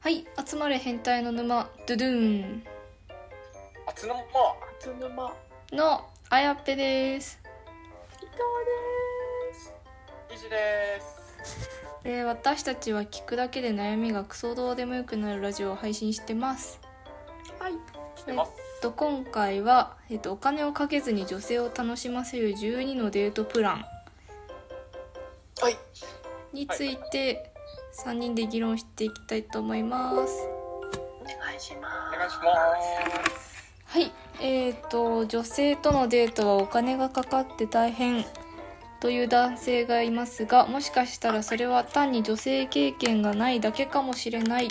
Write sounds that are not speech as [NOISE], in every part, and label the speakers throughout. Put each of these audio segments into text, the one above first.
Speaker 1: はい集まれ変態の沼ドゥドゥーン
Speaker 2: あつのも
Speaker 3: つぬま
Speaker 1: のあやっぺです、
Speaker 3: 伊藤です
Speaker 2: いじです
Speaker 1: えー私たちは聞くだけで悩みがクソどうでもよくなるラジオを配信してます
Speaker 3: はい
Speaker 2: 来てます
Speaker 1: えっと今回は、えっと、お金をかけずに女性を楽しませる12のデートプラン
Speaker 3: はい
Speaker 1: について3人で議論していきたいと思います
Speaker 3: お願いし
Speaker 2: お
Speaker 3: ます
Speaker 2: 願いします
Speaker 1: はいえー、と女性とのデートはお金がかかって大変という男性がいますがもしかしたらそれは単に女性経験がないだけかもしれない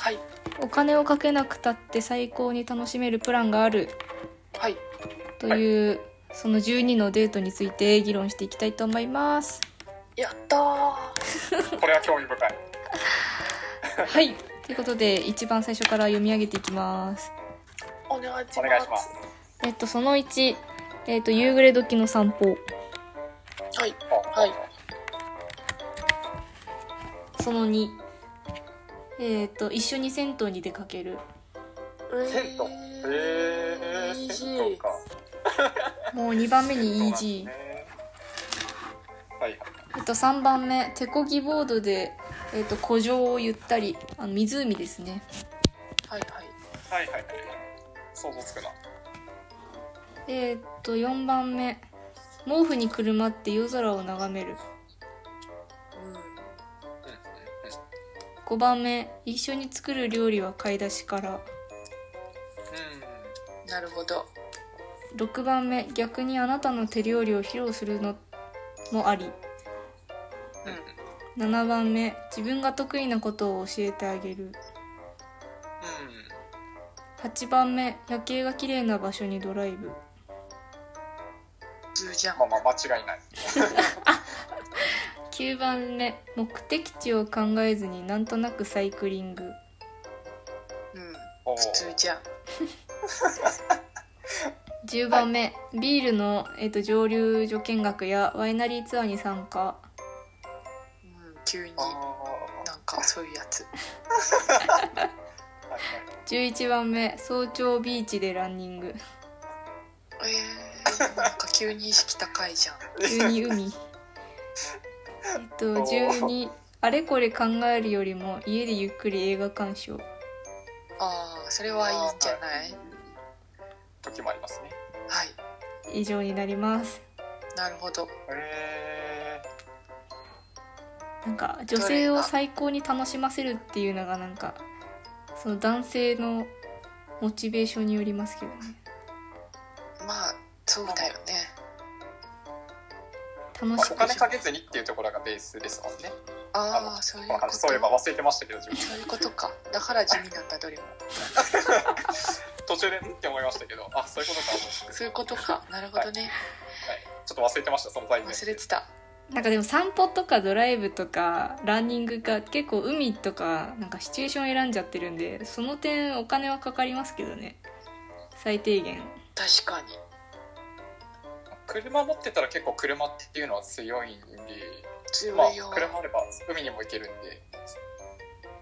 Speaker 3: はい
Speaker 1: お金をかけなくたって最高に楽しめるプランがある
Speaker 3: はい
Speaker 1: という、その12のデートについて議論していきたいと思います。
Speaker 3: やったー
Speaker 2: これは興味深い
Speaker 1: はいということで一番最初から読み上げていきます。
Speaker 3: お願いします
Speaker 2: お願いします
Speaker 1: えっとその1、えっと夕暮れ時の散歩
Speaker 3: はい
Speaker 2: はい
Speaker 1: その2、えっと一緒に銭湯に出かける
Speaker 2: 銭湯えー、銭湯か
Speaker 1: もう2番目に
Speaker 2: そう
Speaker 1: EG、
Speaker 2: なんですねはいはい
Speaker 1: えっと3番目手こぎボードで、えっと湖上をゆったりあの湖ですね
Speaker 3: はいはい
Speaker 2: はいはい想像つくな
Speaker 1: えーっと4番目毛布にくるまって夜空を眺める
Speaker 2: うんうんう
Speaker 1: 5番目一緒に作る料理は買い出しから
Speaker 2: ん
Speaker 3: うんなるほど
Speaker 1: 6番目逆にあなたの手料理を披露するのもあり
Speaker 2: うんうん
Speaker 1: 7番目自分が得意なことを教えてあげる8番目夜景が綺麗な場所にドライブ
Speaker 3: ズーじゃん
Speaker 2: まあまあ間違いない
Speaker 1: 9番目目的地を考えずになんとなくサイクリング
Speaker 3: うん
Speaker 2: おお
Speaker 3: 普通じゃん
Speaker 1: 10番目、ビールの、えっと蒸留所見学やワイナリーツアーに参加
Speaker 3: うん急に
Speaker 2: あー
Speaker 3: なんかそういうやつ
Speaker 2: はい
Speaker 1: 11番目早朝ビーチでランニング
Speaker 3: えー、なんか急に意識高いじゃん
Speaker 1: 急に [LAUGHS] 海えっと12あれこれ考えるよりも家でゆっくり映画鑑賞
Speaker 3: ああそれはいいんじゃない
Speaker 2: あー時もありますね
Speaker 3: はい
Speaker 1: 以上になります
Speaker 3: なるほど
Speaker 2: え
Speaker 1: なんか女性を最高に楽しませるっていうのがなんかその男性のモチベーションによりますけどね
Speaker 3: まあそうだよね
Speaker 2: ー
Speaker 1: 楽
Speaker 2: まあ
Speaker 1: し
Speaker 2: お
Speaker 1: く
Speaker 2: 金かけずにっていうところがベースですもんね
Speaker 3: ああそういう
Speaker 2: この
Speaker 3: こと
Speaker 2: 話そういえば忘れてましたけど自分
Speaker 3: そういうことかだから地味なんだどれも
Speaker 2: 途中でんって思いましたけどあそういうことかと思って
Speaker 3: そういうことかなるほどね
Speaker 2: ちょっと忘れてましたその題名
Speaker 3: 忘れてた
Speaker 1: なんかでも散歩とかドライブとかランニングが結構海とかなんかシチュエーション選んじゃってるんでその点お金はかかりますけどね最低限
Speaker 3: 確かに
Speaker 2: 車持ってたら結構車っていうのは強いんで、
Speaker 3: 強
Speaker 2: ま
Speaker 3: いよ、
Speaker 2: あ、車あれば海にも行けるんで、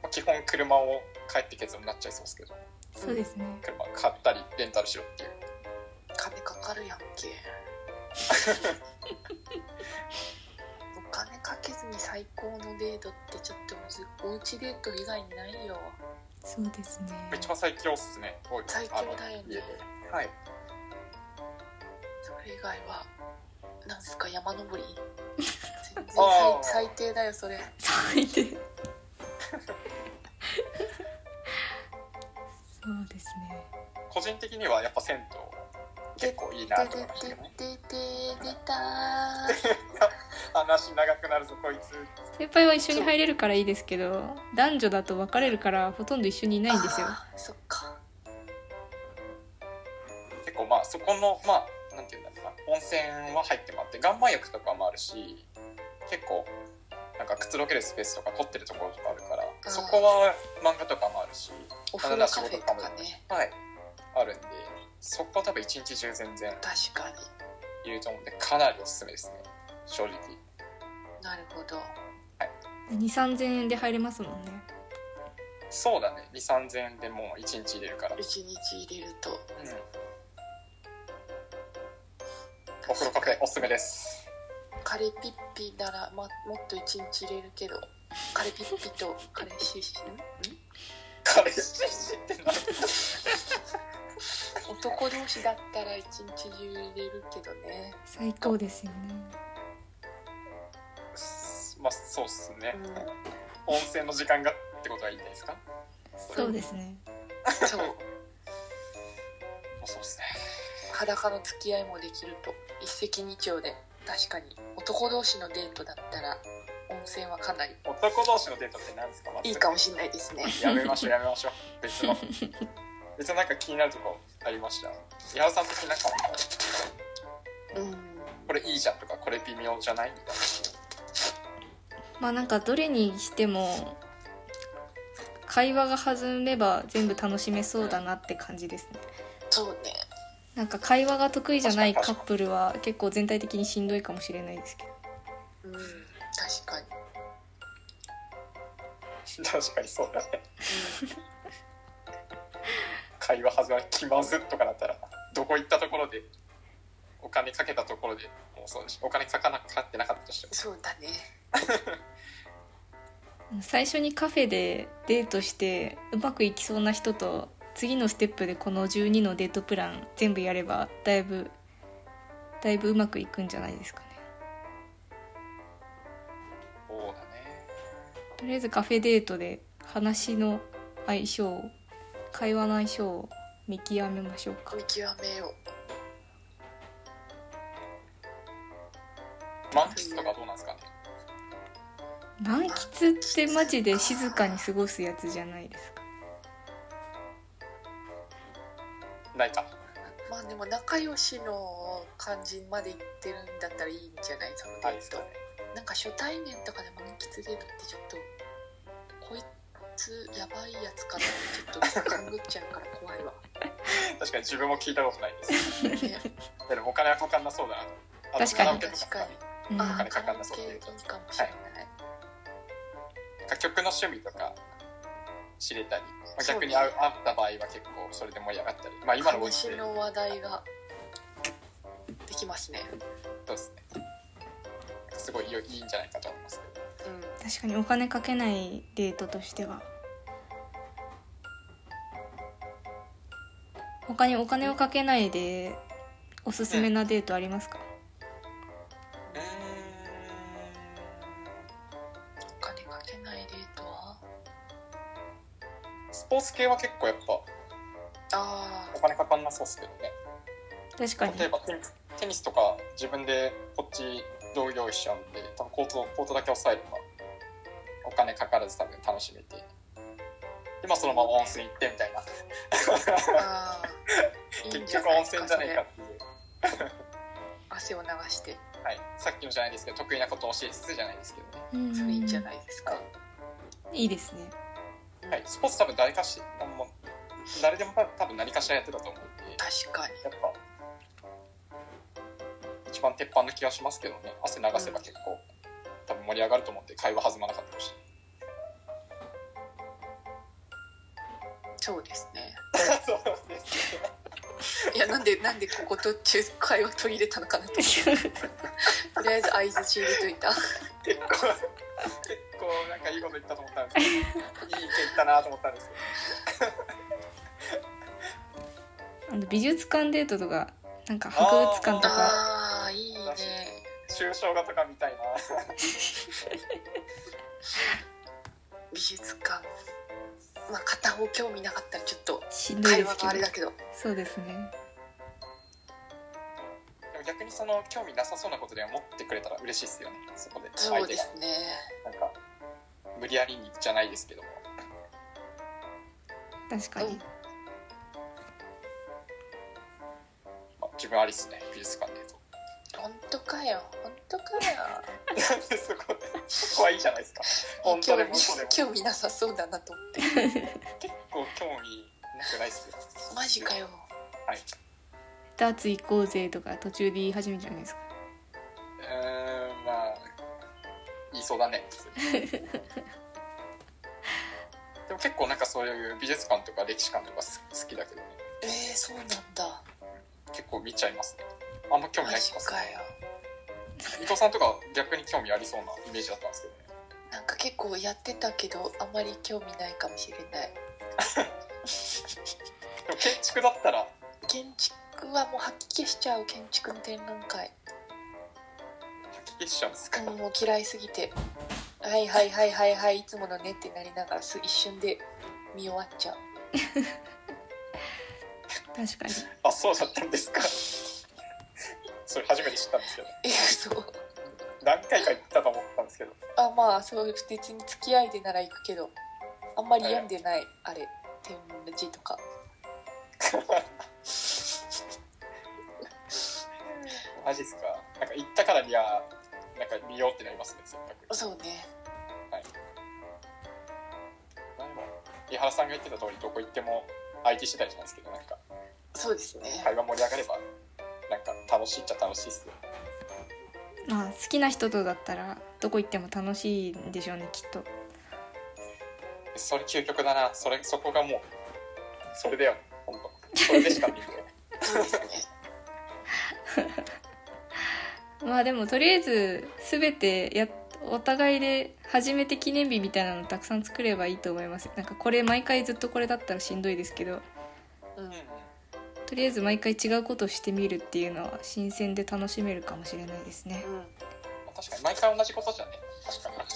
Speaker 2: まあ基本車を帰ってけずになっちゃいそうですけど
Speaker 1: そうですね
Speaker 2: 車買ったりレンタルしろっていう
Speaker 3: 金かかるやんけお金かけずに最高のデートってちょっとむずおうちデート以外にないよ
Speaker 1: そうですね
Speaker 2: 一番最強っすねこういう
Speaker 3: 最強だよね
Speaker 2: あの家ではい
Speaker 3: それ以外はなんすか山登り全然
Speaker 2: あー
Speaker 3: 最最低だよそれ
Speaker 1: 最
Speaker 2: [LAUGHS]
Speaker 1: 低そうですね
Speaker 2: 個人的にはやっぱ銭湯結構いいなと思いましたけどね
Speaker 3: でででで出たー
Speaker 2: 話長くなるぞこいつ
Speaker 1: 先輩は一緒に入れるからいいですけど男女だと別れるからほとんど一緒にいないんですよ
Speaker 3: あーそっか
Speaker 2: 結構まあそこのまあなんていうんだろうな温泉は入ってもらって岩盤浴とかもあるし結構なんかくつろげるスペースとか凝ってるところとかあるから
Speaker 3: ー
Speaker 2: そこは漫画とかもあるし
Speaker 3: お風呂カフェとかね
Speaker 2: はいあるんでそこは多分一日中全然
Speaker 3: 確かに
Speaker 2: いると思うんでかなりおすすめですね正直
Speaker 3: なるほど
Speaker 1: 2 3 0 0 0円で入れますもんね
Speaker 2: そうだね2 3 0 0 0円でもう1日入れるから、うん、
Speaker 3: 一日入れると
Speaker 2: お風呂カフェおすすめです
Speaker 3: カレピッピなら、ま、もっと一日入れるけどカレピッピとカレシシんん
Speaker 2: 彼氏ってな
Speaker 3: 男同士だったら一日中入れるけどね
Speaker 1: 最高ですよね
Speaker 2: まあそうっすね、
Speaker 3: うん
Speaker 2: 温泉の時間がってことはいいんじゃないですかも
Speaker 1: そうですね
Speaker 3: そう
Speaker 2: うそうっすね
Speaker 3: 裸の付き合いもできると一石二鳥で確かに男同士のデートだったら温泉はかなり
Speaker 2: 男同士のデートって何ですかまず
Speaker 3: いいかもしれないですね
Speaker 2: やめましょうやめましょう別の [LAUGHS] 別のなんか気になるとこありました矢野さん的になんか
Speaker 3: うん
Speaker 2: これいいじゃんとかこれ微妙じゃないみたい
Speaker 1: まあなんかどれにしても会話が弾めば全部楽しめそうだなって感じですね
Speaker 3: そうね
Speaker 1: なんか会話が得意じゃないカップルは結構全体的にしんどいかもしれないですけど
Speaker 3: うん確かに、
Speaker 2: な確かにそうだね会話始まる気まずっとかだったらどこ行ったところでお金かけたところでもうそうだしお金かかなかかってなかったとしても
Speaker 3: そうだね
Speaker 1: 最初にカフェでデートしてうまくいきそうな人と次のステップでこの12のデートプラン全部やればだいぶだいぶうまくいくんじゃないですかね
Speaker 2: そうだね
Speaker 1: とりあえずカフェデートで話の相性を会話の相性を見極めましょうか
Speaker 3: 見極めよ
Speaker 2: 満喫とかどうなんですかね
Speaker 1: 満喫ってマジで静かに過ごすやつじゃないですか
Speaker 2: ないか
Speaker 3: うまあでも仲良しの感じまでいってるんだったらいいんじゃないそのデ
Speaker 2: ないで
Speaker 3: ー
Speaker 2: す
Speaker 3: ト、
Speaker 2: かね
Speaker 3: なんか初対面とかでも満喫デートってちょっとこいつやばいやつかなちょっと勘ぐっちゃうから怖いわ、
Speaker 2: 確かに自分も聞いたことないです
Speaker 3: ね、
Speaker 2: でもお金はかかんなそうだなあと
Speaker 1: 確かに
Speaker 2: カラオケと
Speaker 3: 確か
Speaker 1: う
Speaker 3: に
Speaker 1: ん
Speaker 3: あ
Speaker 2: 金
Speaker 3: あ
Speaker 2: か
Speaker 3: カ
Speaker 2: か
Speaker 3: ラ
Speaker 2: ん
Speaker 3: オ
Speaker 2: なそう
Speaker 3: ケ
Speaker 2: って
Speaker 3: い
Speaker 2: いう
Speaker 3: い
Speaker 2: と
Speaker 3: かもしれない、
Speaker 2: か曲の趣味とか知れたり、まあ、
Speaker 3: そう
Speaker 2: 逆
Speaker 3: ね
Speaker 2: に会う会った場合は結構それで盛り上がったりまあ今のご時
Speaker 3: 話
Speaker 2: 世
Speaker 3: の話題ができますね
Speaker 2: そうですねすごい良いいいんじゃないかと思いますけど
Speaker 3: うん
Speaker 1: 確かにお金かけないデートとしては他にお金をかけないでおすすめなデートありますか、
Speaker 2: うーん
Speaker 3: お金かけないデートは
Speaker 2: スポーツ系は結構やっぱ
Speaker 3: あ
Speaker 2: お金かかんなそうですけどね
Speaker 1: 確かに
Speaker 2: 例えばテニテニスとか自分でこっち道具用意しちゃうんで多分コートコートだけ押さえればお金かからず多分楽しめて今そのまま温泉行ってみたいな
Speaker 3: ーあ [LAUGHS] ーいいんじ
Speaker 2: 結
Speaker 3: ゃ
Speaker 2: 局
Speaker 3: ない
Speaker 2: 温
Speaker 3: です
Speaker 2: 泉
Speaker 3: か
Speaker 2: じゃ
Speaker 3: そ
Speaker 2: ないかっ
Speaker 3: れ
Speaker 2: ていう、
Speaker 3: 汗を流して
Speaker 2: はい、さっきのじゃないですけど得意なことを教えつつじゃないですけどね、
Speaker 1: うん
Speaker 3: それいいんじゃないですか、
Speaker 1: いいですね
Speaker 2: はい、スポーツ多分誰かしらも誰でも多分何かしらやってたと思うんで
Speaker 3: 確かに
Speaker 2: やっぱ一番鉄板の気がしますけどね汗流せば結構、多分盛り上がると思って会話弾まなかったし
Speaker 3: そうですね
Speaker 2: そうですね
Speaker 3: [LAUGHS] いやなんでなんでここ途中会話途切れたのかなととりあえず相槌入れといた
Speaker 2: 結構結構なんかいいこと言ったと思ったんですけどいい意見言ったなと思ったんですけ
Speaker 1: あの美術館デートとかなんか博物館とか
Speaker 3: ああいいね
Speaker 2: ど抽象画とかみたいな
Speaker 3: 美術館まあ片方興味なかったらちょっと
Speaker 1: しんどい
Speaker 3: 会
Speaker 1: で
Speaker 3: 話
Speaker 1: すけ
Speaker 3: があれ
Speaker 1: ど
Speaker 3: だけど
Speaker 1: そうですね
Speaker 2: でも逆にその興味なさそうなことでも持ってくれたら嬉しいですよねそこで
Speaker 3: そ
Speaker 2: 相
Speaker 3: う
Speaker 2: 手
Speaker 3: で
Speaker 2: が
Speaker 3: すね
Speaker 2: なんか無理やりにじゃないですけども
Speaker 1: 確かに、
Speaker 2: あ自分ありっすね美術館で
Speaker 3: [LAUGHS]
Speaker 2: と
Speaker 3: 本当かよ本当かよ
Speaker 2: なんでそこそこはいいじゃないですか本当でも嘘でも
Speaker 3: 興味興味なさそうだなと思って
Speaker 2: 結構興味なくないっすよ
Speaker 3: マジかよ
Speaker 2: はいう
Speaker 1: ダーツ行こうぜとか途中で言い始めちゃうんですか
Speaker 2: ーんま
Speaker 3: [LAUGHS]
Speaker 2: あ言いそうだねでも結構なんかそういう美術館とか歴史館とかす好きだけどね
Speaker 3: えー、そうなんだ
Speaker 2: 結構見ちゃいますねあんま興味
Speaker 3: マ
Speaker 2: ない
Speaker 3: ジ
Speaker 2: 気がする
Speaker 3: かよ
Speaker 2: 伊藤さんとか逆に興味ありそうなイメージだったんですけどね
Speaker 3: なんか結構やってたけどあまり興味ないかもしれない
Speaker 2: でも建築だったら
Speaker 3: 建築はもう吐き気しちゃう建築の展覧会
Speaker 2: 吐き気しちゃうんですか、
Speaker 3: うんもう嫌いすぎてはいはいはいはいはいいつものねってなりながらす一瞬で見終わっちゃう
Speaker 1: 確かに
Speaker 2: あそうだったんですか [LAUGHS] それ初めて知ったんですけど
Speaker 3: えそう
Speaker 2: 何回か行ったと思ったんですけど
Speaker 3: あまあそう別に付き合いでなら行くけどあんまり読んでない、あれ天文字とか
Speaker 2: マジっすかなんか行ったからにはなんか見ようってなりますねせっかく
Speaker 3: そうね
Speaker 2: まあでも井原さんが言ってた通りどこ行っても IT 次第じゃないですけどなんか
Speaker 3: そうですね、
Speaker 2: 会話盛り上がればなんか楽しいっちゃ楽しいっすよ
Speaker 1: まあ好きな人とだったらどこ行っても楽しいんでしょうねきっと
Speaker 2: それ究極だなそれそこがもうそれだよ本当それでしか見てない
Speaker 3: そうですね
Speaker 1: まあでもとりあえず全てやお互いで初めて記念日みたいなのたくさん作ればいいと思いますなんかこれ毎回ずっとこれだったらしんどいですけど
Speaker 3: うん
Speaker 1: とりあえず毎回違うことをしてみるっていうのは新鮮で楽しめるかもしれないですね
Speaker 3: うん
Speaker 2: 確かに毎回同じことじゃね確かに